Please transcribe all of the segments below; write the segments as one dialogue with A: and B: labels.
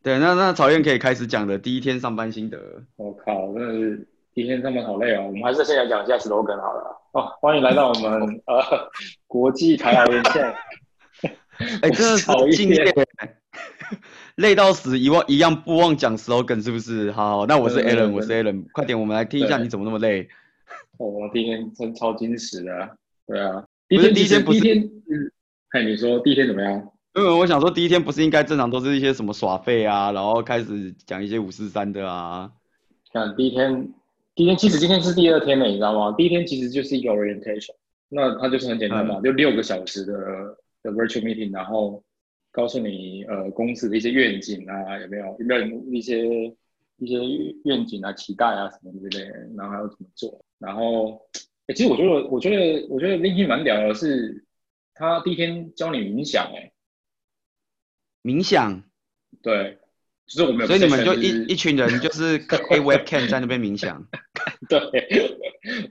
A: 对，那那曹燕可以开始讲的第一天上班心得。
B: 我靠，真的是第一天上班好累哦。我们还是先来讲一下 slogan 好了。哦，欢迎来到我们呃国际台劳连线。
A: 哎，真的
B: 我讨
A: 是
B: 厌
A: 敬业， 累到死，一忘一样不忘讲 slogan 是不是？好，那我是
B: 对对
A: Alan，
B: 对
A: 我是 Alan，快点，我们来听一下
B: 对
A: 你怎么那么累。
B: 哦我第一天真超矜持的啊，对啊。
A: 不是第一天不
B: 第
A: 是
B: 一天，嗯，哎，你说第一天怎么样？
A: 因为我想说，第一天不是应该正常都是一些什么耍废啊，然后开始讲一些五四三的啊。
B: 看第一天，第一天其实今天是第二天了，你知道吗？第一天其实就是一个 orientation，那它就是很简单嘛，
A: 嗯
B: 就六个小时的的 virtual meeting，然后告诉你呃公司的一些愿景啊，有没有有没有一些一些愿景啊、期待啊什么之类的，然后还要怎么做。然后，诶其实我觉得，我觉得，我觉得那天蛮屌的是，他第一天教你冥想、欸，
A: 冥想，
B: 对，就是我们有
A: 所以你们
B: session
A: 就
B: 就是
A: 一一群人就是 开 webcam 在那边冥想，
B: 对，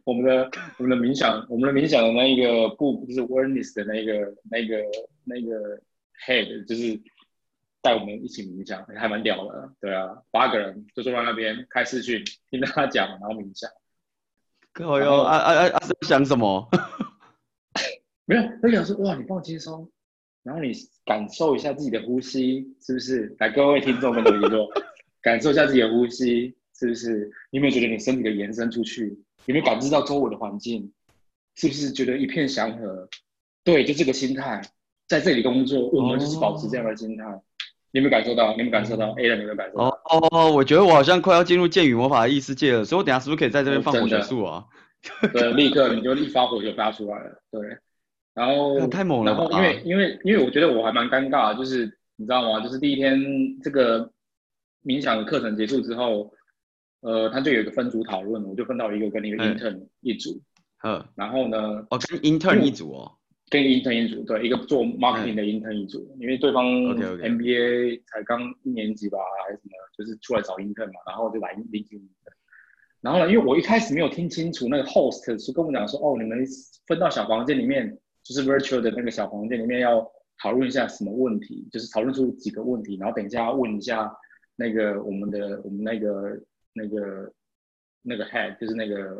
B: 我们的我们的冥想，我们的冥想的那一个部就是 awareness 的那一个那一个那一个 head，就是带我们一起冥想，还蛮屌的。对啊，八个人就坐在那边开视讯，听他讲，然后冥想。
A: 靠
B: 然
A: 哟
B: 后
A: 啊啊啊啊！是想什么？
B: 没有，他就想说哇，你放轻松，然后你感受一下自己的呼吸，是不是？来，各位听众跟我一起做，感受一下自己的呼吸，是不是？你有没有觉得你身体的延伸出去？有没有感知到周围的环境？是不是觉得一片祥和？对，就这个心态，在这里工作，我们就是保持这样的心态。你有没有感受到？你有没有感受到？A 人有没有感受到？
A: 哦哦哦！我觉得我好像快要进入剑与魔法的异世界了，所以我等一下是不是可以在这边
B: 哦
A: 放
B: 真
A: 火球
B: 的
A: 术啊？
B: 对，立刻你就一发火就发出来了。对，然后
A: 干太猛了
B: 哦然
A: 吧
B: 后！因为因为因为我觉得我还蛮尴尬的，就是你知道吗？就是第一天这个冥想的课程结束之后，呃，他就有一个分组讨论，我就分到一个跟一
A: 嗯
B: 个 intern 一组，
A: 嗯，
B: 然后呢
A: 哦，跟 intern 一组哦。
B: 跟 intern 一组，对，一个做 marketing 的 intern 一组，因为对方
A: OK，OK
B: MBA 才刚一年级吧，还是什么，就是出来找 intern 嘛，然后就来 l i n k i n 然后呢，因为我一开始没有听清楚那个 host 是跟我讲说，哦，你们分到小房间里面，就是 virtual 的那个小房间里面要讨论一下什么问题，就是讨论出几个问题，然后等一下问一下那个我们的我们那个那个那个 head，就是那个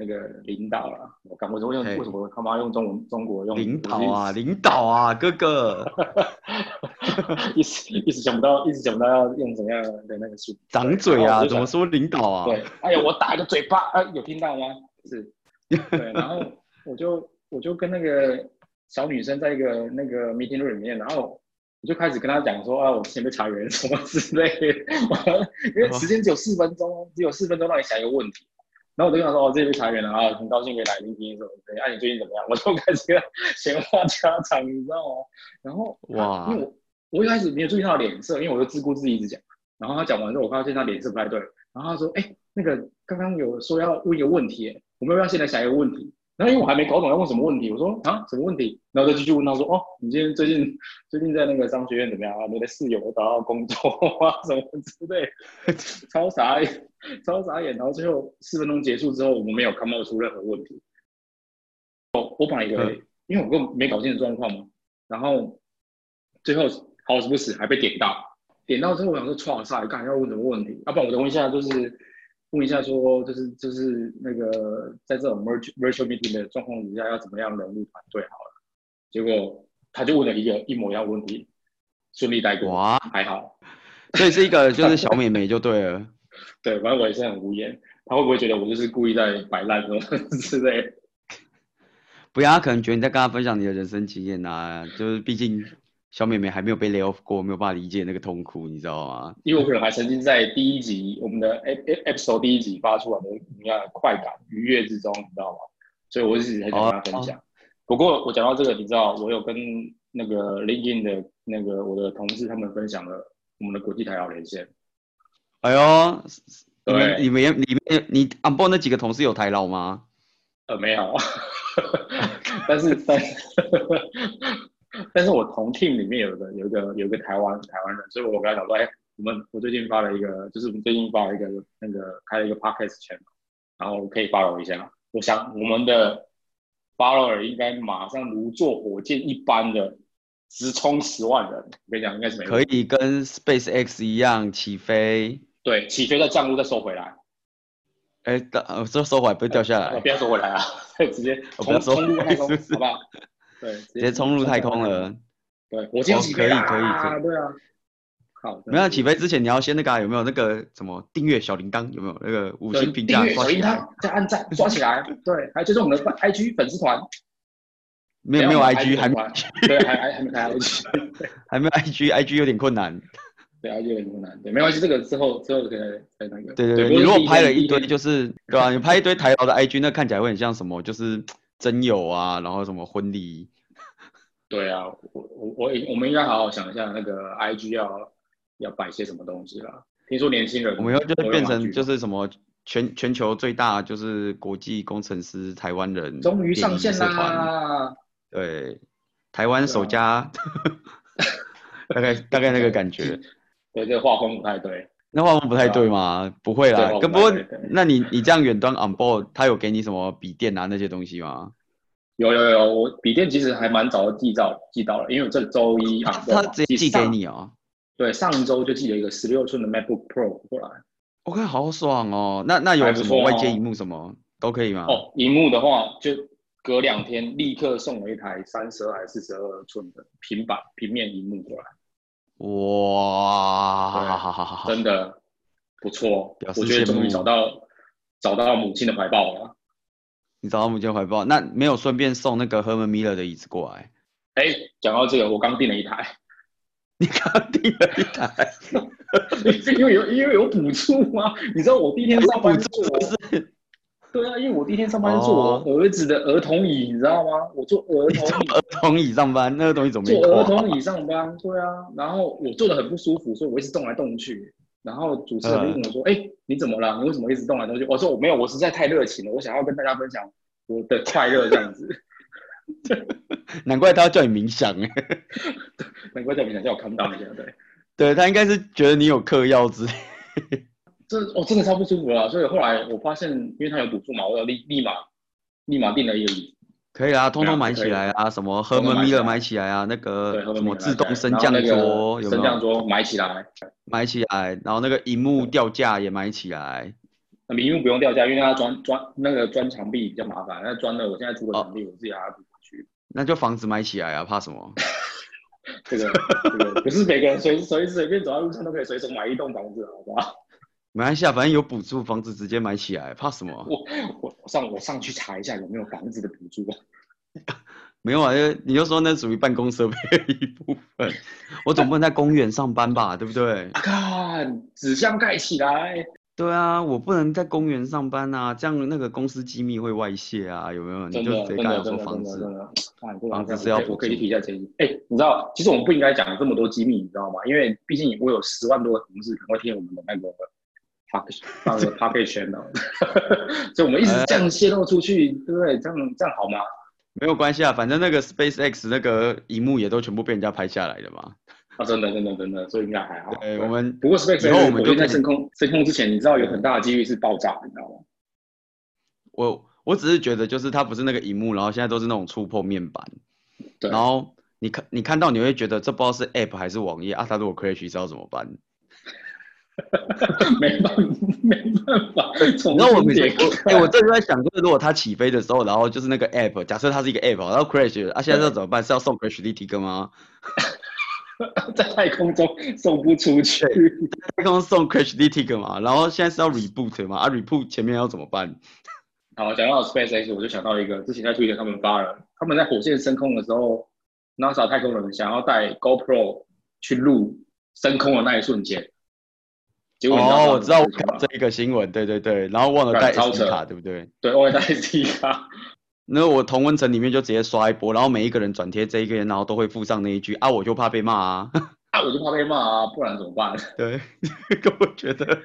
B: 那个领导啦。我刚我怎么用
A: 嘿
B: 为什么我他妈用中文中国用
A: 领导啊，领导啊，哥哥，
B: 一时 一时想不到，一时想不到要用怎么样的那个术语。
A: 长嘴
B: 然后我
A: 啊，
B: 就
A: 怎么
B: 想
A: 说领导啊？
B: 对，哎呀，我打一个嘴巴，啊，有听到吗？是，对，然后我就我就跟那个小女生在一个那个 meeting room 里面，然后我就开始跟她讲说啊，我之前被裁员什么之类的， 因为时间只有四分钟，只有四分钟让你想一个问题。然后我就跟她说，哦，这被裁员了啊，很高兴可以来聆听什么之类的。啊，你最近怎么样？ 我就开始跟她闲话家常，你知道吗？然后
A: 哇
B: 因为我我一开始没有注意他的脸色，因为我就自顾自一直讲。然后他讲完之后，我发现他脸色不太对。然后他说：“哎、那个刚刚有说要问一个问题，哎我们要不要现在想一个问题？”然后因为我还没搞懂要问什么问题，我说：“啊，什么问题？”然后再继续问他说：“哦，你今天最近最近在那个商学院怎么样啊？你的室友有找到工作啊，什么之类的，超傻眼，超傻眼。”然后最后四分钟结束之后，我们没有 come out 出任何问题。我我本来以为
A: 嗯，
B: 因为我根本没搞清楚状况嘛，然后最后好死不死还被点到，点到之后我想说，创赛，看要问什么问题，要、不然我再问一下，就是问一下说，就是就是那个在这种 virtual virtual meeting 的状况底下，要怎么样融入团队好了。结果他就问了一个一模一样的问题，顺利带过，
A: 哇，
B: 还好。
A: 所以是一个就是小美眉就对了。
B: 对，反正我也是很无言。他会不会觉得我就是故意在摆烂什么 之类的？
A: 不要，他可能觉得你在跟他分享你的人生经验啊，就是毕竟小美眉还没有被 lay off 过，没有办法理解那个痛苦，你知道吗？
B: 因为我可能还曾经在第一集我们的 ep ep episode 第一集发出来的你看快感愉悦之中，你知道吗？所以我一直很想跟他分享。哦不过我讲到这个，你知道我有跟那个 LinkedIn 的那个我的同事他们分享了我们的国际台劳连线。
A: 哎呦，你们
B: 对
A: 你们也你们你安波那几个同事有台老吗？
B: 呃，没有， 但是 但但是我同 team 里面有个有一个有一个台湾台湾人，所以我跟他讲说，哎，我们我最近发了一个，就是我们最近发了一个那个开了一个 podcast channel，然后可以 follow 一下。我想我们的 follower 应该马上如坐火箭一般的直冲十万人，我跟你讲，应该是没
A: 可
B: 以。
A: 以跟 SpaceX 一样起飞。
B: 对，起飞再降落再收回来，
A: 哎，大呃这手环不会掉下
B: 呃
A: 来，
B: 不要收回来啊， 直接
A: 哎哦不
B: 冲
A: 要收
B: 冲入太空，
A: 是不是
B: 好不好？对，直
A: 直接冲入太空。
B: 冲
A: 了。
B: 对，我今天
A: 哦
B: 起
A: 可
B: 飞
A: 以
B: 啦，
A: 可以可
B: 对啊，好，
A: 没有
B: 有
A: 起飞之前，你要先那个啊、有没有那个什么订阅小铃铛？有没有那个五星评价
B: 订阅
A: 刷
B: 小
A: 起
B: 铃
A: 来？
B: 铛再按赞抓起来， 对，还有就是我们的 IG 粉丝团，
A: 没有没有 IG，还没
B: 没，对，还还还 没开 IG，
A: 还没有 IG，IG 有点困难。
B: 对 IG 有点困难，对，没关系，这个之后之后可以再那个，
A: 对对
B: 对
A: 对，
B: 不过
A: 你如
B: 是
A: 果
B: 第
A: 拍了
B: 第
A: 一堆，
B: 天
A: 就是对啊，你拍一堆台劳的 IG，那看起来会很像什么，就是真友啊，然后什么婚礼，
B: 对啊，我我我我们应该好好想一下那个 IG 要要摆些什么东西啦。听说年轻人
A: 我们以后就
B: 都
A: 会变
B: 用 IG
A: 成就是什么全全球最大就是国际工程师台湾人
B: 终于
A: 电
B: 上
A: 影
B: 线
A: 社团，
B: 啦，
A: 对，台湾首
B: 对啊
A: 家， 大概大概那个感觉。
B: 对，这个画风不太对，
A: 那画风不太
B: 对啊
A: 对吗？不会
B: 对
A: 啦
B: 画，风
A: 跟
B: 不
A: 不过
B: 太对对
A: 那你你这样远端 on board，他有给你什么笔电啊那些东西吗？
B: 有有有，我笔电其实还蛮早就寄到寄到了，因为我这周一
A: 他
B: 啊，
A: 他直接寄给
B: 上，
A: 你哦。
B: 对，上周就寄了一个十六寸的 MacBook Pro 过来。
A: 我看好爽哦。那那有
B: 还不
A: 什
B: 错
A: 么
B: 哦
A: 外接荧幕什么都可以吗？
B: 哦，荧幕的话，就隔两天立刻送了一台三十二还是四十二寸的平板平面荧幕过来，
A: 哇，
B: 对
A: 好好好好好，
B: 真的不错
A: 哦表，示
B: 我觉得终
A: 羡
B: 于
A: 慕
B: 找到找到母亲的怀抱了。
A: 你找到母亲怀抱，那没有顺便送那个 Herman Miller 的椅子过来？
B: 哎，讲到这个，我刚订了一台，
A: 你刚订了一台，
B: 因为有因为有补助啊，你知道我第一天上班坐我，对啊，因为我第一天上班是坐
A: 哦
B: 我儿子的儿童椅，你知道吗？我坐儿童椅，
A: 儿童椅哦上班，那个东西怎么没
B: 坐
A: 挂？
B: 儿童椅上班，对啊，然后我坐的很不舒服，所以我一直动来动去。然后主持人就问我说：“
A: 嗯
B: 哎、你怎么了？你为什么一直动来动去？”我说：“我没有，我实在太热情了，我想要跟大家分享我的快乐这样子。
A: 难怪他要叫你冥想哎，
B: 难怪在冥想叫我看不到你了，对，
A: 对他应该是觉得你有嗑药之类。
B: 这我、真的超不舒服了。所以后来我发现，因为他有补助嘛，我要立立马立马订了一个椅，
A: 可以啊，通
B: 对啊
A: 通买
B: 可
A: 起
B: 以
A: 来啊，什么
B: 通通
A: Herman
B: 买起
A: Miller
B: 来
A: 买起来啊，那
B: 对，
A: 个
B: 后面
A: 什么
B: 买
A: 自动
B: 来
A: 升
B: 然后
A: 降
B: 那个
A: 桌有没
B: 升降
A: 有？
B: 桌买起来，
A: 买起来，然后那个荧幕吊架也买起来。
B: 那明幕不用掉价，因为它装装那个装墙壁比较麻烦，那装了我现在租个墙壁，我自己还要补回去。
A: 那就房子买起来啊，怕什么？
B: 这个这个不是每个人随随随便走在路上都可以随手买一栋房子，好不好？
A: 没关系啊，反正有补助，房子直接买起来，怕什么？
B: 我我上我上去查一下有没有房子的补助。
A: 没有啊，就你就说那属于办公设备的一部分。我总不能在公园上班吧，对不对？
B: 啊，看纸箱盖起来，
A: 对啊，我不能在公园上班啊，这样那个公司机密会外泄啊，有没有？你
B: 真
A: 就
B: 的
A: 直接
B: 真
A: 跟他
B: 的
A: 讲
B: 真
A: 说
B: 的
A: 房
B: 真的真
A: 子，
B: 的，看不
A: 房子是要
B: 我
A: 补
B: 可以
A: 助
B: 提一下建议。哎，你知道，其实我们不应该讲这么多机密，你知道吗？因为毕竟我有十万多个同事可能会听我们的那个 p a c k 那个 p a c k a g e channel，所以我们一直
A: 哎
B: 这样泄露出去，对不对？这样这样好吗？
A: 没有关系啊，反正那个 SpaceX 那个荧幕也都全部被人家拍下来的嘛。
B: 啊，真的真的真的，所以应该还好。
A: 对，我们
B: 不过 SpaceX
A: 以后我们就
B: 火箭在
A: 可以
B: 升空升空之前，你知道有很大的几率是爆炸，你知道吗？
A: 我我只是觉得就是它不是那个荧幕，然后现在都是那种触碰面板，
B: 对
A: 然后你看你看到你会觉得这不知道是 App 还是网页啊，它如果 crash 知道怎么办？
B: 没办法，没办 法，从
A: 然后我
B: 经
A: 每次
B: 典
A: 我哎、我这就在想，就是如果它起飞的时候，然后就是那个 App，假设它是一个 App，然后 crash 了啊，现在要怎么办？是要送 crash DT 歌吗？
B: 在太空中送不出去，
A: 刚刚送 crash DT 歌嘛，然后现在是要 reboot 嘛？啊，reboot 前面要怎么办？
B: 好，讲到 SpaceX，我就想到一个，之前在 Twitter 他们发了，他们在火箭升空的时候，NASA 太空人想要带 GoPro 去录升空的那一瞬间，结果你
A: 哦，我知
B: 知道
A: 道，我
B: 发生什
A: 看
B: 么
A: 到
B: 事情吗
A: 这一个新闻，对对对，然后忘了带
B: 干超
A: SD
B: 扯
A: 卡，对不对？
B: 对，我也带啊 SD 卡，
A: 那我同温层里面就直接刷一波，然后每一个人转贴这一个人，然后都会附上那一句啊，我就怕被骂啊。
B: 啊，我就怕被骂啊，不然怎么办？
A: 对， 跟我觉得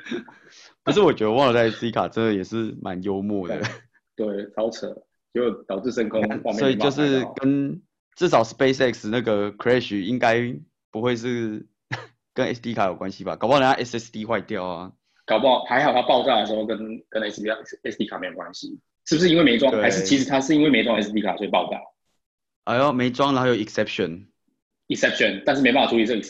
A: 不是，我觉得忘了带 C 卡真的也是蛮幽默的，
B: 对，超扯，结果导致升空，画面
A: 所以
B: 被
A: 就
B: 骂
A: 是
B: 拍到
A: 跟至少 SpaceX 那个 crash 应该不会是 跟 SD 卡有关系吧？搞不好人家 SSD 坏掉啊。
B: 搞不好还好它爆炸的时候跟跟 SD SD 卡没有关系，是不是因为没装？
A: 对
B: 还是其实它是因为没装 SD 卡所以爆炸
A: 哎呦，没装，然后有 exception，
B: exception，但是没办法处理这个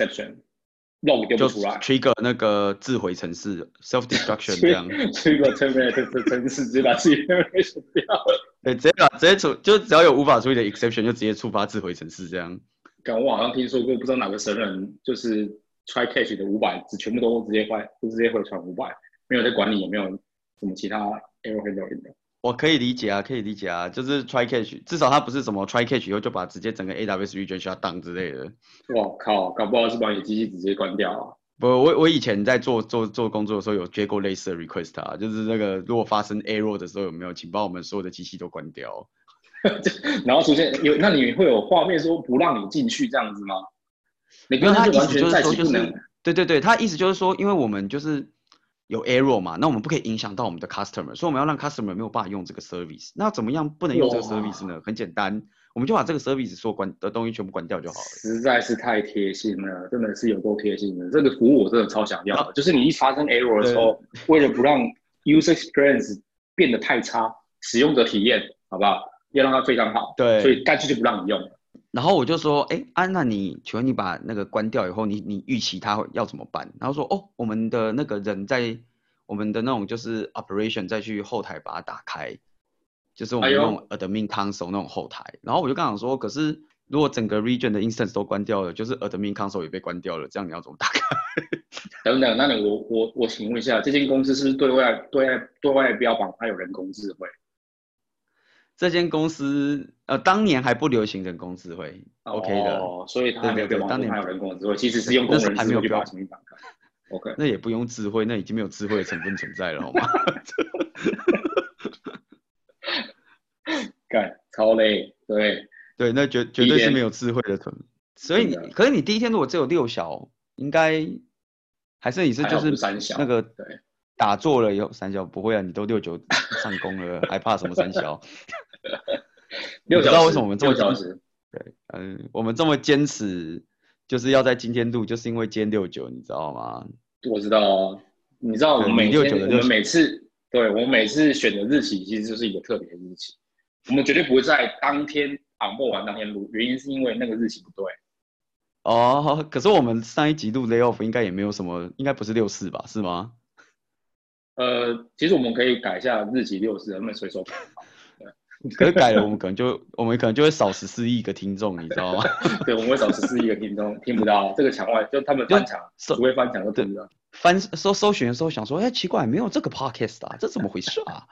B: exception，log 丢
A: 就
B: 不出来，
A: trigger 那个自毁程式 self destruction
B: 所
A: 这
B: 以
A: 样，
B: 所以一个 terminator 的程式直接把自己 termination 掉，
A: 对，直接把直接处，就只要有无法处理的 exception 就直接触发自毁程式这样。
B: 感我好像听说过，不知道哪个神人就是 try catch 的五百，只全部都直接坏，都直接回传五百，没有在管理也没有什么其他 error handling 的。
A: 我可以理解啊，可以理解啊，就是 try catch，至少它不是什么 try catch 以后就把直接整个 AWS region shut down 之类的。
B: 我靠，搞不好是把你机器直接关掉啊！
A: 不，我我以前在做做做工作的时候有接过类似的 request 啊，就是那个如果发生 error 的时候有没有，请把我们所有的机器都关掉。
B: 然后出现有，那你会有画面说不让你进去这样子吗？你
A: 没有，
B: 刚
A: 他
B: 刚
A: 意
B: 就完
A: 思就
B: 全
A: 是
B: 在
A: 说
B: 其
A: 就
B: 不能
A: 是，对对对，他意思就是说，因为我们就是有 error 嘛，那我们不可以影响到我们的 customer，所以我们要让 customer 没有办法用这个 service。那怎么样不能用这个
B: 哇
A: service 呢？很简单，我们就把这个 service 所有关的东西全部关掉就好了。
B: 实在是太贴心了，真的是有够贴心的。这个服务我真的超想要的，
A: 啊
B: 就是你一发生 error 的时 候，为了不让 user experience 变得太差，使用者体验好不好？要让它非常好，
A: 对
B: 所以干脆就不让你用。
A: 然后我就说，哎，安、娜，你请问你把那个关掉以后，你你预期他会要怎么办？然后说，哦，我们的那个人在我们的那种就是 operation 再去后台把它打开，就是我们
B: 哎呦
A: 那种 admin console 那种后台。然后我就刚想说，可是如果整个 region 的 instance 都关掉了，就是 admin console 也被关掉了，这样你要怎么打开？
B: 等等，那你我我我请问一下，这间公司是不是对外对外对外标榜它有人工智慧？
A: 这间公司呃，当年还不流行人工智慧、o k 的，
B: 哦，所以它还没有标榜
A: 对对对当
B: 说
A: 年
B: 它有人工智慧，其实是用工人
A: 那时
B: 智
A: 候还
B: 慧
A: 没有
B: 去
A: 标
B: 把它重新打开。OK，
A: 那也不用智慧，那已经没有智慧的成分存在了，好吗？
B: 干超累，对，
A: 对，那绝绝
B: 第一
A: 对是
B: 天
A: 没有智慧的存。所以
B: 真
A: 你，
B: 的
A: 可是你第一天如果只有六小，应该还是你是
B: 还
A: 就
B: 好
A: 是
B: 不三小
A: 那个
B: 对
A: 打坐了以后三小不会啊，你都六九上工了，还怕什么三小？
B: 六
A: 你知
B: 小
A: 道
B: 时，
A: 为什么我们这么
B: 六小时？
A: 嗯，我们这么坚持，就是要在今天录，就是因为今天六九，你知道吗？
B: 我知道啊，你知道我
A: 对
B: 们每
A: 69
B: 天
A: 的
B: 我
A: 就是
B: 们每次对我们每次选的日期其实就是一个特别的日期，我们绝对不会在当天昂播完当天录，原因是因为那个日期不对，
A: 哦，可是我们上一集录 lay off 应该也没有什么，应该不是六四吧？是吗？
B: 呃，其实我们可以改一下日期六四，能不能随手改？
A: 可是改了，我们可能就我们可能就会少十四亿个听众，你知道吗？
B: 对，我们会少十四亿个听众听不到，这个墙外就他们翻墙，
A: 是
B: 不会翻墙就听不到。
A: 翻搜搜寻的时候想说，哎、奇怪，没有这个 podcast 啊，这怎么回事啊？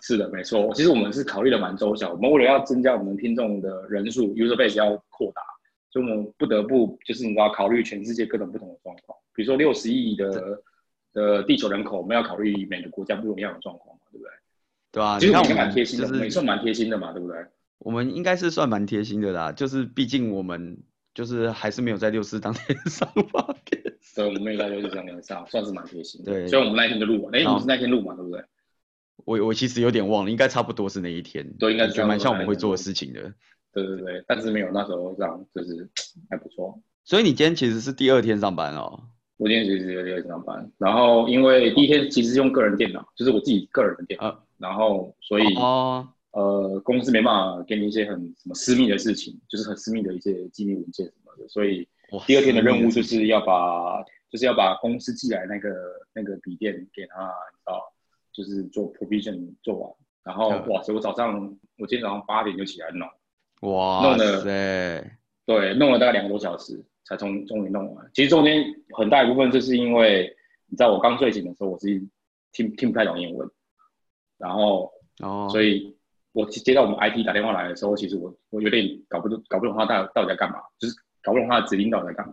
B: 是的，没错。其实我们是考虑的蛮周详，我们为了要增加我们听众的人数，user base 要扩大，所以我们不得不就是你知道考虑全世界各种不同的状况，比如说六十亿的的地球人口，我们要考虑每个国家不一样的状况嘛，对不对？
A: 对啊，你
B: 其实
A: 看
B: 我
A: 我
B: 们蛮
A: 们
B: 贴心
A: 就
B: 的，我们也
A: 是
B: 算蛮贴心的嘛，对不对？
A: 我们应该是算蛮贴心的啦，就是毕竟我们就是还是没有在六四当天 上 podcast。
B: 所以我们应该就是这样跟上，算是蛮贴心的。
A: 对
B: 所以我们那一天就录完，哎，
A: 好
B: 我们是那天录嘛，对不对？
A: 我我其实有点忘了，应该差不多是那一天，
B: 对应该是
A: 我觉得蛮像我们会做的
B: 差
A: 事情的。
B: 对对对，但是没有那时候这样，就是还不错。
A: 所以你今天其实是第二天上班哦，
B: 我今天其实有点上班，然后因为第一天其实用个人电脑，就是我自己个人的电脑，
A: 啊
B: 然后所以、
A: 哦，
B: 呃公司没办法给你一些很什么私密的事情，就是很私密的一些机密文件什么的，所以
A: 哇
B: 第二天的任务
A: 是
B: 就是要把就是要把公司寄来那个那个笔电给他，你知道，就是做 provision 做完，然后、
A: 嗯
B: 哇塞，我早上我今天早上八点就起来弄，
A: 哇
B: 弄了
A: 塞，
B: 对，弄了大概两个多小时才终终于弄完。其实中间很大一部分就是因为你知道我刚睡醒的时候，我自己听听不太懂英文，然后
A: 哦，
B: 所以我接到我们 IT 打电话来的时候，其实我我有点搞不懂搞不懂他到到底在干嘛，就是搞不懂他的指令到底在干嘛。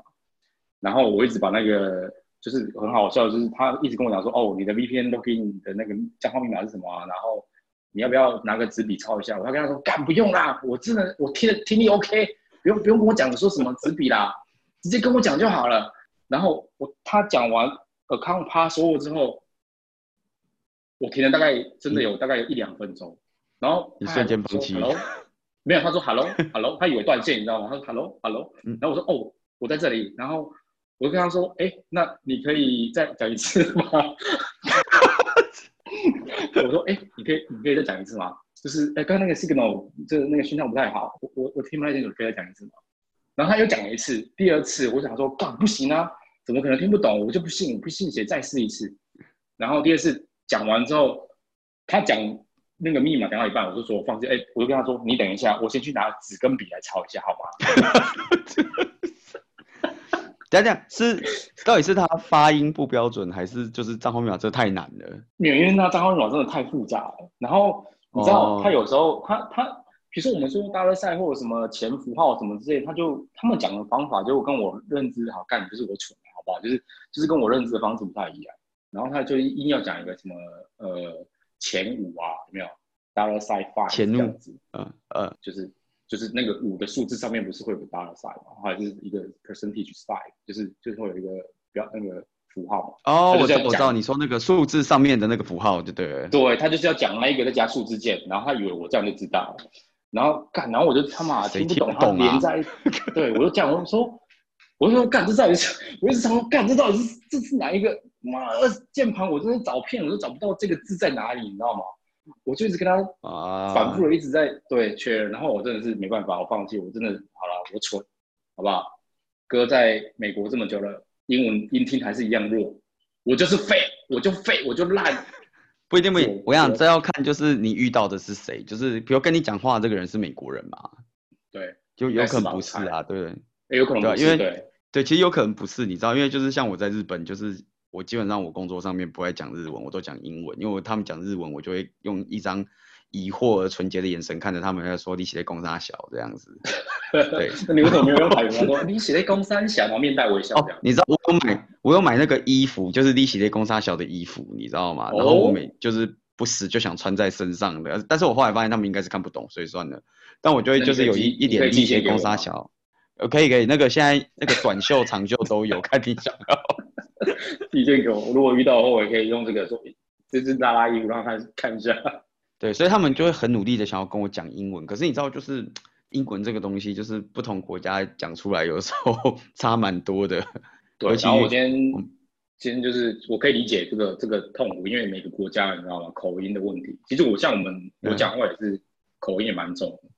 B: 然后我一直把那个就是很好笑，就是他一直跟我讲说，哦，你的 VPN 都给你的那个账号密码是什么啊？然后你要不要拿个纸笔抄一下？我要跟他说，干不用啦，我真的我听听力 OK，不用不用跟我讲说什么纸笔啦，直接跟我讲就好了。然后我他讲完 account password 之后，我停了大概真的有大概有一两分钟，然后
A: 嗯你
B: 他
A: 瞬间
B: 还说
A: 放弃
B: “Hello？” 没有，他说 hello hello，他以为断线，你知道吗？他说 hello hello，
A: 嗯
B: 然后我说哦，我在这里，然后我就跟他说，哎，那你可以再讲一 次吗？我说，哎，你可以你可以再讲一次吗？就是哎，刚刚那个 signal 就是那个讯号不太好，我我我听不太清楚，可以再讲一次吗？然后他又讲了一次，第二次我想说，干不行啊，怎么可能听不懂？我就不信，我不信邪，再试一次。然后第二次讲完之后，他讲那个密码讲到一半，我就说我放弃，哎，我就跟他说，你等一下，我先去拿纸跟笔来抄一下好吗？
A: 等一下等一下是到底是他发音不标准，还是就是账号密码这太难了？
B: 因为那账号密码真的太复杂了。然后你知道
A: 哦，
B: 他有时候他他，比如说我们说大热赛或者什么前符号什么之类，他就他们讲的方法就跟我认知好干，就是我蠢，啊好不好？就是就是跟我认知的方式不太一样。然后他就硬要讲一个什么呃前五啊，有没有？大热赛 five
A: 前五
B: 这样子，
A: 嗯呃，
B: 就是就是那个五的数字上面不是会有个 dollar sign 嘛，还是一个 percentage sign，就是就是会有一个标那个符号嘛。
A: 哦，
B: 他就
A: 我
B: 这
A: 知
B: 样
A: 道我知
B: 讲
A: 道你说那个数字上面的那个符号，对对了。
B: 对他就是要讲那一个再加数字键，然后他以为我这样就知道了，然后干，然后我就他妈
A: 谁
B: 听不
A: 听
B: 懂，
A: 不
B: 他
A: 懂啊
B: 连在一，对我就这样，我就说，我就说干，这到底是，我一直想说干，这到底是这是哪一个？妈，二十键盘我真的找遍，我都找不到这个字在哪里，你知道吗？我就一直跟他
A: 啊，
B: 反复的一直在、对确认，然后我真的是没办法，我放弃，我真的好了，我蠢，好不好？哥在美国这么久了，英文音听还是一样弱，我就是废，我就废，我就烂。
A: 不一定不一
B: 对
A: 定。我想
B: 对
A: 这要看就是你遇到的是谁，就是比如跟你讲话的这个人是美国人嘛，
B: 对，
A: 就
B: 应该
A: 有
B: 是
A: 可能
B: 吧
A: 不
B: 我
A: 是
B: 猜
A: 啊，对
B: 欸有可能
A: 对啊
B: 不是
A: 因为
B: 对
A: 对，其实有可能不是，你知道，因为就是像我在日本，就是我基本上我工作上面不爱讲日文，我都讲英文，因为他们讲日文，我就会用一张疑惑而纯洁的眼神看着他们，在说你写的公差小这样子。对，
B: 那你为什么没有用台 语跟他说？你写在公三小，然后面带微笑
A: 哦
B: 这样，。
A: 你知道我有买，我有买那个衣服，就是利息的公差小的衣服，你知道吗？然后我
B: 哦
A: 每就是不时就想穿在身上的，但是我后来发现他们应该是看不懂，所以算了。但我就会
B: 那你
A: 就是
B: 可以
A: 有
B: 寄
A: 一一
B: 你可
A: 点
B: 以
A: 利
B: 寄
A: 息
B: 信给
A: 公
B: 我
A: 差
B: 吗
A: 小，呃，可以可以，那个现在那个短袖、长袖都有，看你想要。
B: 意见给我，如果遇到的话，我也可以用这个说，这是拉拉衣服，让他 看一下。
A: 对，所以他们就会很努力的想要跟我讲英文，可是你知道，就是英文这个东西，就是不同国家讲出来有时候 差蛮多的。
B: 对，啊
A: 尤其
B: 然后我今天
A: 嗯
B: 今天就是我可以理解这个这个痛苦，因为每个国家你知道吗，口音的问题。其实我像我们
A: 嗯
B: 我讲话也是口音也蛮重的，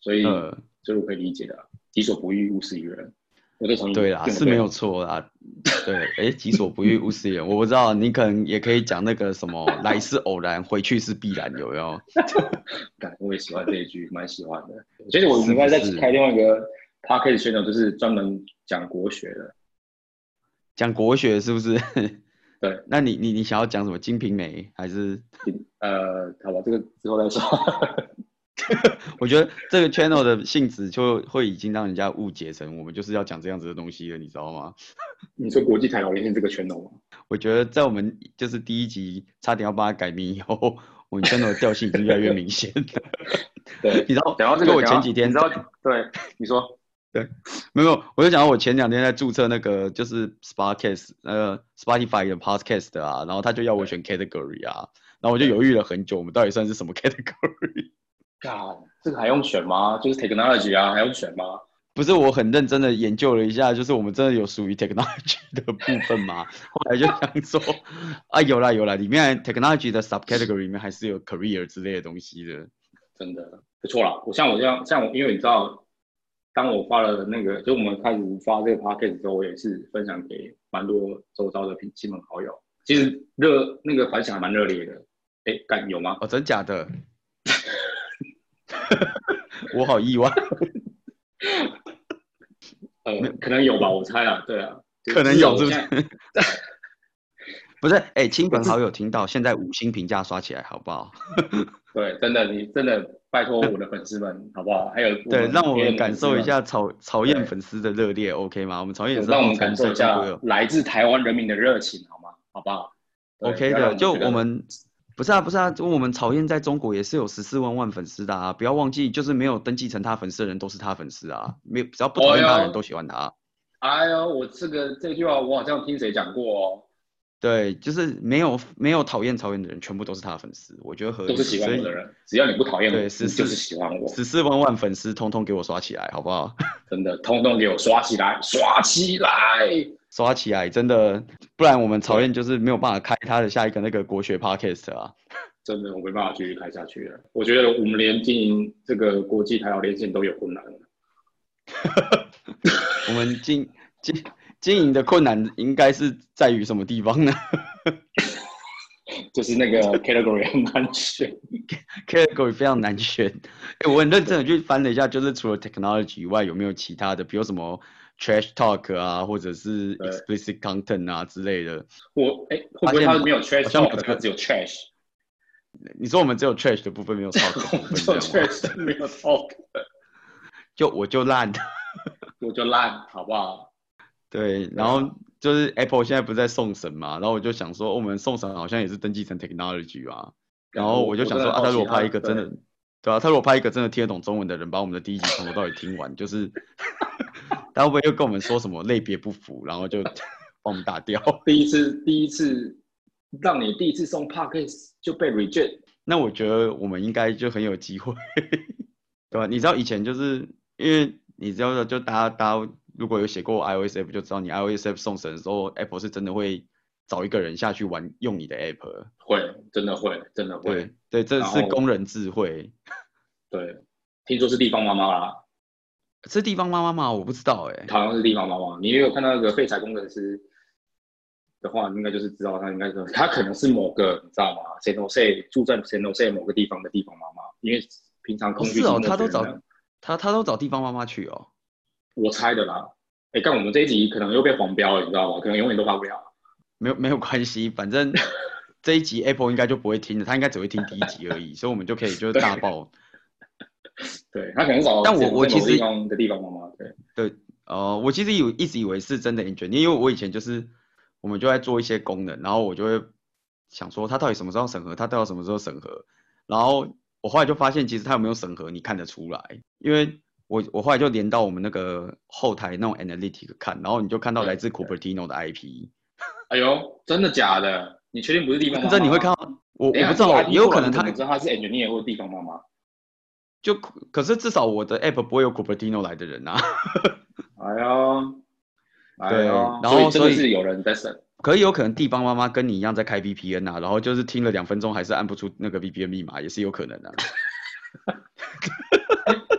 B: 所以
A: 呃，
B: 所以我可以理解的啊。己所不欲，勿施于人。我对同意。
A: 对啦，
B: 对不
A: 是
B: 对
A: 没有错啦。对，哎，己所不欲，勿施于人。我不知道，你可能也可以讲那个什么“来是偶然，回去是必然”，有没有？
B: 感我也喜欢这一句，蛮喜欢的。我觉得我
A: 是
B: 应该再
A: 不是
B: 开另外一个 podcast 宣传，就是专门讲国学的。
A: 讲国学是不是？
B: 对。
A: 那你你你想要讲什么？《金瓶梅》还是？
B: 呃，好吧，这个之后再说。
A: 我觉得这个 channel 的性质就会已经让人家误解成我们就是要讲这样子的东西了，你知道吗？
B: 你说国际台老连线这个圈懂吗？
A: 我觉得在我们就是第一集差点要把它改名以后，我们 channel 的调性已经越来越明显了。
B: 对，
A: 你知道，
B: 讲到这
A: 就
B: 个，
A: 我前几天
B: 你知道，对，你说
A: 没有，我就讲到我前两天在注册那个就是 Sparkcast 呃 Spotify 的 Podcast 啊，然后他就要我选 category 啊，然后我就犹豫了很久，我们到底算是什么 category？
B: God，这个还用选吗？就是 technology 啊，还用选吗？
A: 不是我很认真的研究了一下，就是我们真的有属于 technology 的部分吗？后来就想说，啊有啦有啦，里面 technology 的 subcategory 里面还是有 career 之类的东西的。
B: 真的不错啦。我像我这样，像我，因为你知道，当我发了那个，就我们开始发这个 podcast 之后，我也是分享给蛮多周遭的亲亲朋好友。其实热那个反响还蛮热烈的。哎，干有吗？
A: 哦，真假的？ 我好意外，
B: 呃，可能有吧，我猜啊，对啊，
A: 可能有
B: 至
A: 是不
B: 少我现在
A: 是？ 不是，哎、亲朋好友听到，现在五星评价刷起来好不好？
B: 对，真的，你真的拜托我的粉 丝们，好不好？还有我
A: 对，让我们
B: 别人的
A: 感
B: 粉丝
A: 受一
B: 们
A: 下草草
B: 对
A: 燕粉丝的热烈，OK 吗？我们草燕
B: 对
A: 也是
B: 让我们
A: 号称
B: 感受一
A: 中
B: 下
A: 国有
B: 来自台湾人民的热情，好吗？好不好对
A: OK
B: 不要让
A: 的，就
B: 觉得
A: 我们不是啊，不是啊，就我们草燕在中国也是有十四万万粉丝的啊！不要忘记，就是没有登记成他粉丝的人都是他粉丝啊，没有只要不讨厌他的
B: 哦
A: 人都喜欢他。
B: 哎呦，我这个这句话我好像听谁讲过哦，
A: 对，就是没有没有讨厌草燕的人，全部都是他的粉丝，我觉得合理。
B: 都是喜欢我的人，只要你不讨厌我，
A: 对
B: 你
A: 是
B: 就是
A: 是
B: 喜欢我，
A: 十四万万粉丝通通给我刷起来，好不好？
B: 真的，通通给我刷起来，刷起来！
A: 刷起来，真的，不然我们草燕就是没有办法开他的下一个那个国学 podcast 啊。
B: 真的我没办法继续开下去了。我觉得我们连经营这个国际台岛连线都有困难了。
A: 我们经经经营的困难应该是在于什么地方呢
B: 就是那个 category 很难选。
A: ？category 非常难选。哎、我很认真的去翻了一下，就是除了 technology 以外，有没有其他的，比如什么 trash talk 啊，或者是
B: 对
A: explicit content 啊之类的。
B: 我哎、会不会他没有 trash
A: 好像
B: talk，
A: 不
B: 他只有 trash，
A: 你说我们只有 trash 的部 分没 有啊 talk 的
B: 我
A: 部
B: 们
A: 分
B: 只有
A: 这样吗，
B: trash 没有 talk，
A: 就我就烂。
B: 我就烂，好不好？
A: 对，
B: 对
A: 然
B: 啊
A: 后就是 Apple 现在不是在送审嘛，然后我就想说，哦我们送审好像也是登记成 technology 啊，然后我就想说，啊，他如果拍一个真的，对啊，他如果拍一个真的听得懂中文的人，把我们的第一集从头到尾听完，就是 他会不会又跟我们说什么类别不符，然后就 把我们打掉？
B: 第一次第一次让你第一次送 podcast 就被 reject，
A: 那我觉得我们应该就很有机会， 对吧？你知道以前就是因为你知道的，就大家大家如果有写过 iOS app 就知道，你 iOS app 送审的时候，Apple 是真的会找一个人下去玩用你的 app，
B: 会真的会真的会
A: 对对，这
B: 然
A: 是
B: 后
A: 工人智慧。
B: 对，听说是地方妈妈啦，
A: 是地方妈妈吗？我不知道哎、
B: 好像是地方妈妈。你也有看到那个废柴工程师的话，你应该就是知道他应该是他可能是某个你知道吗？San Jose 住在 San Jose 某个地方的地方妈妈，因为平常
A: 不
B: 空
A: 是
B: 虚
A: 哦，
B: 寂寞
A: 他都
B: 的
A: 找
B: 人呢
A: 他他都找地方妈妈去哦。
B: 我猜的啦。哎，干我们这一集可能又被黄标了，你知道吗？可能永远都发不了。
A: 没有没有关系，反正这一集 Apple 应该就不会听了，他应该只会听第一集而已，所以我们就可以就是大爆。
B: 对他可能找
A: 但我
B: San Jose
A: 我其实
B: 某个地方的地方妈妈，对，
A: 呃，我其实有一直以为是真的 engineer，因为我以前就是我们就在做一些功能，然后我就会想说他到底什么时候审核，他到底什么时候审核，然后我后来就发现其实他有没有审核你看得出来，因为我我后来就连到我们那个后台那种 analytic 看，然后你就看到来自 Cupertino 的 IP，
B: 哎呦，真的假的？你确定不是地方妈妈吗？
A: 这你会看到我我
B: 啊等一下，
A: 不知道，也有可能
B: 他
A: 他
B: 们知道他是 engineer 或地方妈妈。
A: 就可是至少我的 app 不会有 Cupertino 来的人啊。
B: 哎呦，哎
A: 对
B: 呦，
A: 然后
B: 所以真的
A: 所以
B: 是有人在审。
A: 可是有可能地方妈妈跟你一样在开 VPN 啊，然后就是听了两分钟还是按不出那个 VPN 密码，也是有可能的、啊。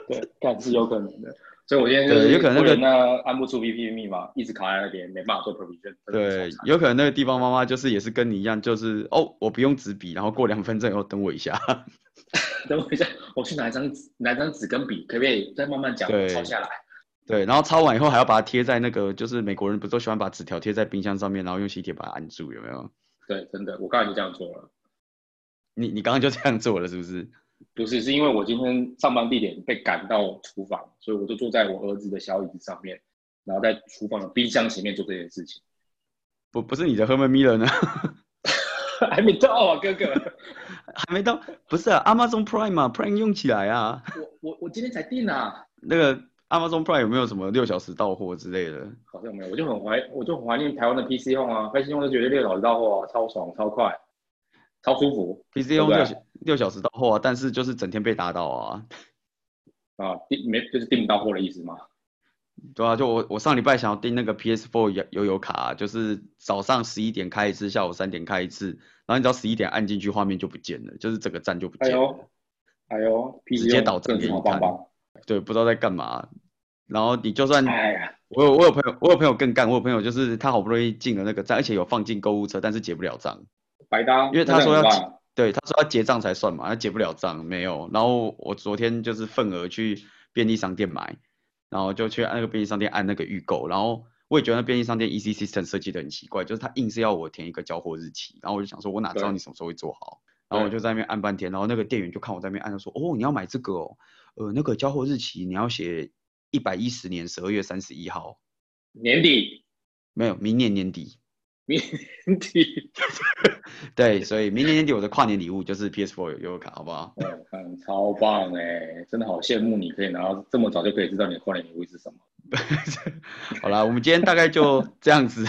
B: 对，干是有可能的。所以我今天就
A: 对
B: 是
A: 有可能那个
B: 为了那按不出 VPN 密码，一直卡在那边，没办法做 provision。
A: 对，有可能那个地方妈妈就是也是跟你一样，就是哦，我不用纸笔，然后过两分钟以后等我一下。
B: 等我一下，我去拿一张纸，拿一张纸跟笔，可不可以再慢慢讲
A: 对，
B: 抄下来？
A: 对，然后抄完以后还要把它贴在那个，就是美国人不都喜欢把纸条贴在冰箱上面，然后用吸铁把它按住，有没有？
B: 对，真的，我刚才就这样做了。
A: 你你刚刚就这样做了是不是？
B: 不是，是因为我今天上班地点被赶到厨房，所以我就坐在我儿子的小椅子上面，然后在厨房的冰箱前面做这件事情。
A: 不不是你的 Herman Miller 呢？
B: 还没到啊，哥哥，
A: 还没到，不是啊，Amazon Prime 啊，Prime 用起来啊，
B: 我我我今天才订啊，
A: 那个 Amazon Prime 有没有什么六小时到货之类的？
B: 好像没有，我就很怀，我就很怀念台湾的 PC Home 啊，PC Home 就觉得六小时到货啊，超爽、超快、超舒服
A: PC
B: 对不啊
A: 用六
B: 对
A: 小六小时到货啊，但是就是整天被打到啊，
B: 啊，订没就是订不到货的意思嘛。
A: 对啊，就我我上礼拜想要订那个 PS4 游游游卡啊、就是早上十一点开一次，下午三点开一次，然后你只要十一点按进去，画面就不见了，就是整个站就不
B: 哎
A: 见了，
B: 呦，哎呦，PC
A: 直接
B: Home
A: 倒正
B: 真的
A: 给
B: 是
A: 你
B: 好
A: 看
B: 棒棒。
A: 对，不知道在干嘛。啊然后你就算
B: 哎呀，
A: 我有我有朋友我有朋友更干，我有朋友就是他好不容易进了那个站，而且有放进购物车，但是结不了账。
B: 白搭，
A: 因为他说要
B: 真的
A: 结
B: 很棒
A: 对，他说要结账才算嘛，他结不了账，没有。然后我昨天就是份额去便利商店买，然后就去那个便利商店按那个预购，然后我也觉得那便利商店 EC system 设计的很奇怪，就是他硬是要我填一个交货日期，然后我就想说，我哪知道
B: 对
A: 你什么时候会做好？然后我就在那边按半天，然后那个店员就看我在那边按，他说，哦，你要买这个哦，呃，那个交货日期你要写一百一十年十二月三十一号，
B: 年底，
A: 没有，明年年底。
B: 年底，
A: 对，所以明年年底我的跨年礼物就是 PS4 有优卡，好不好？
B: 嗯嗯，超棒哎、真的好羡慕你可以拿到这么早就可以知道你的跨年礼物是什么。
A: 好啦，我们今天大概就这样 子。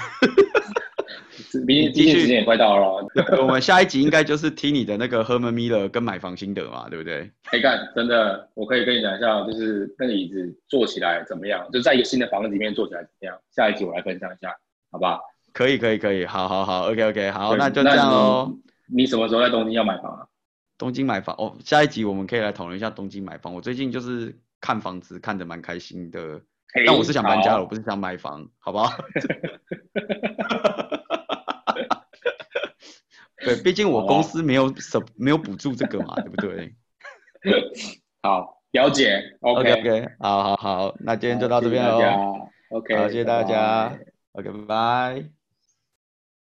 B: 明天
A: 你继
B: 今
A: 续
B: 天时间也快到了哦，
A: 我们下一集应该就是听你的那个 Herman Miller 跟买房心得嘛，对不对？
B: 哎干，真的，我可以跟你讲一下，哦就是那个椅子坐起来怎么样，就在一个新的房子里面坐起来怎么样。下一集我来分享一下，好吧？
A: 可以，可以，可以，好好好，OK OK，好，
B: 对
A: 那就这样
B: 你
A: 喽。
B: 你什么时候在东京要买房啊？
A: 东京买房哦，下一集我们可以来讨论一下东京买房。我最近就是看房子看得蛮开心的，
B: 嘿
A: 但我是想搬家了，
B: 好
A: 我不是想买房，好不 好？对，毕竟我
B: 好啊
A: 公司没有什没有补助这个嘛，对不对
B: 好，了解，OK，
A: OK，好好好，那今天就到这边
B: 好
A: 喽
B: 谢谢大。家，OK，
A: 好，谢谢大
B: 拜拜
A: 家。OK，拜拜。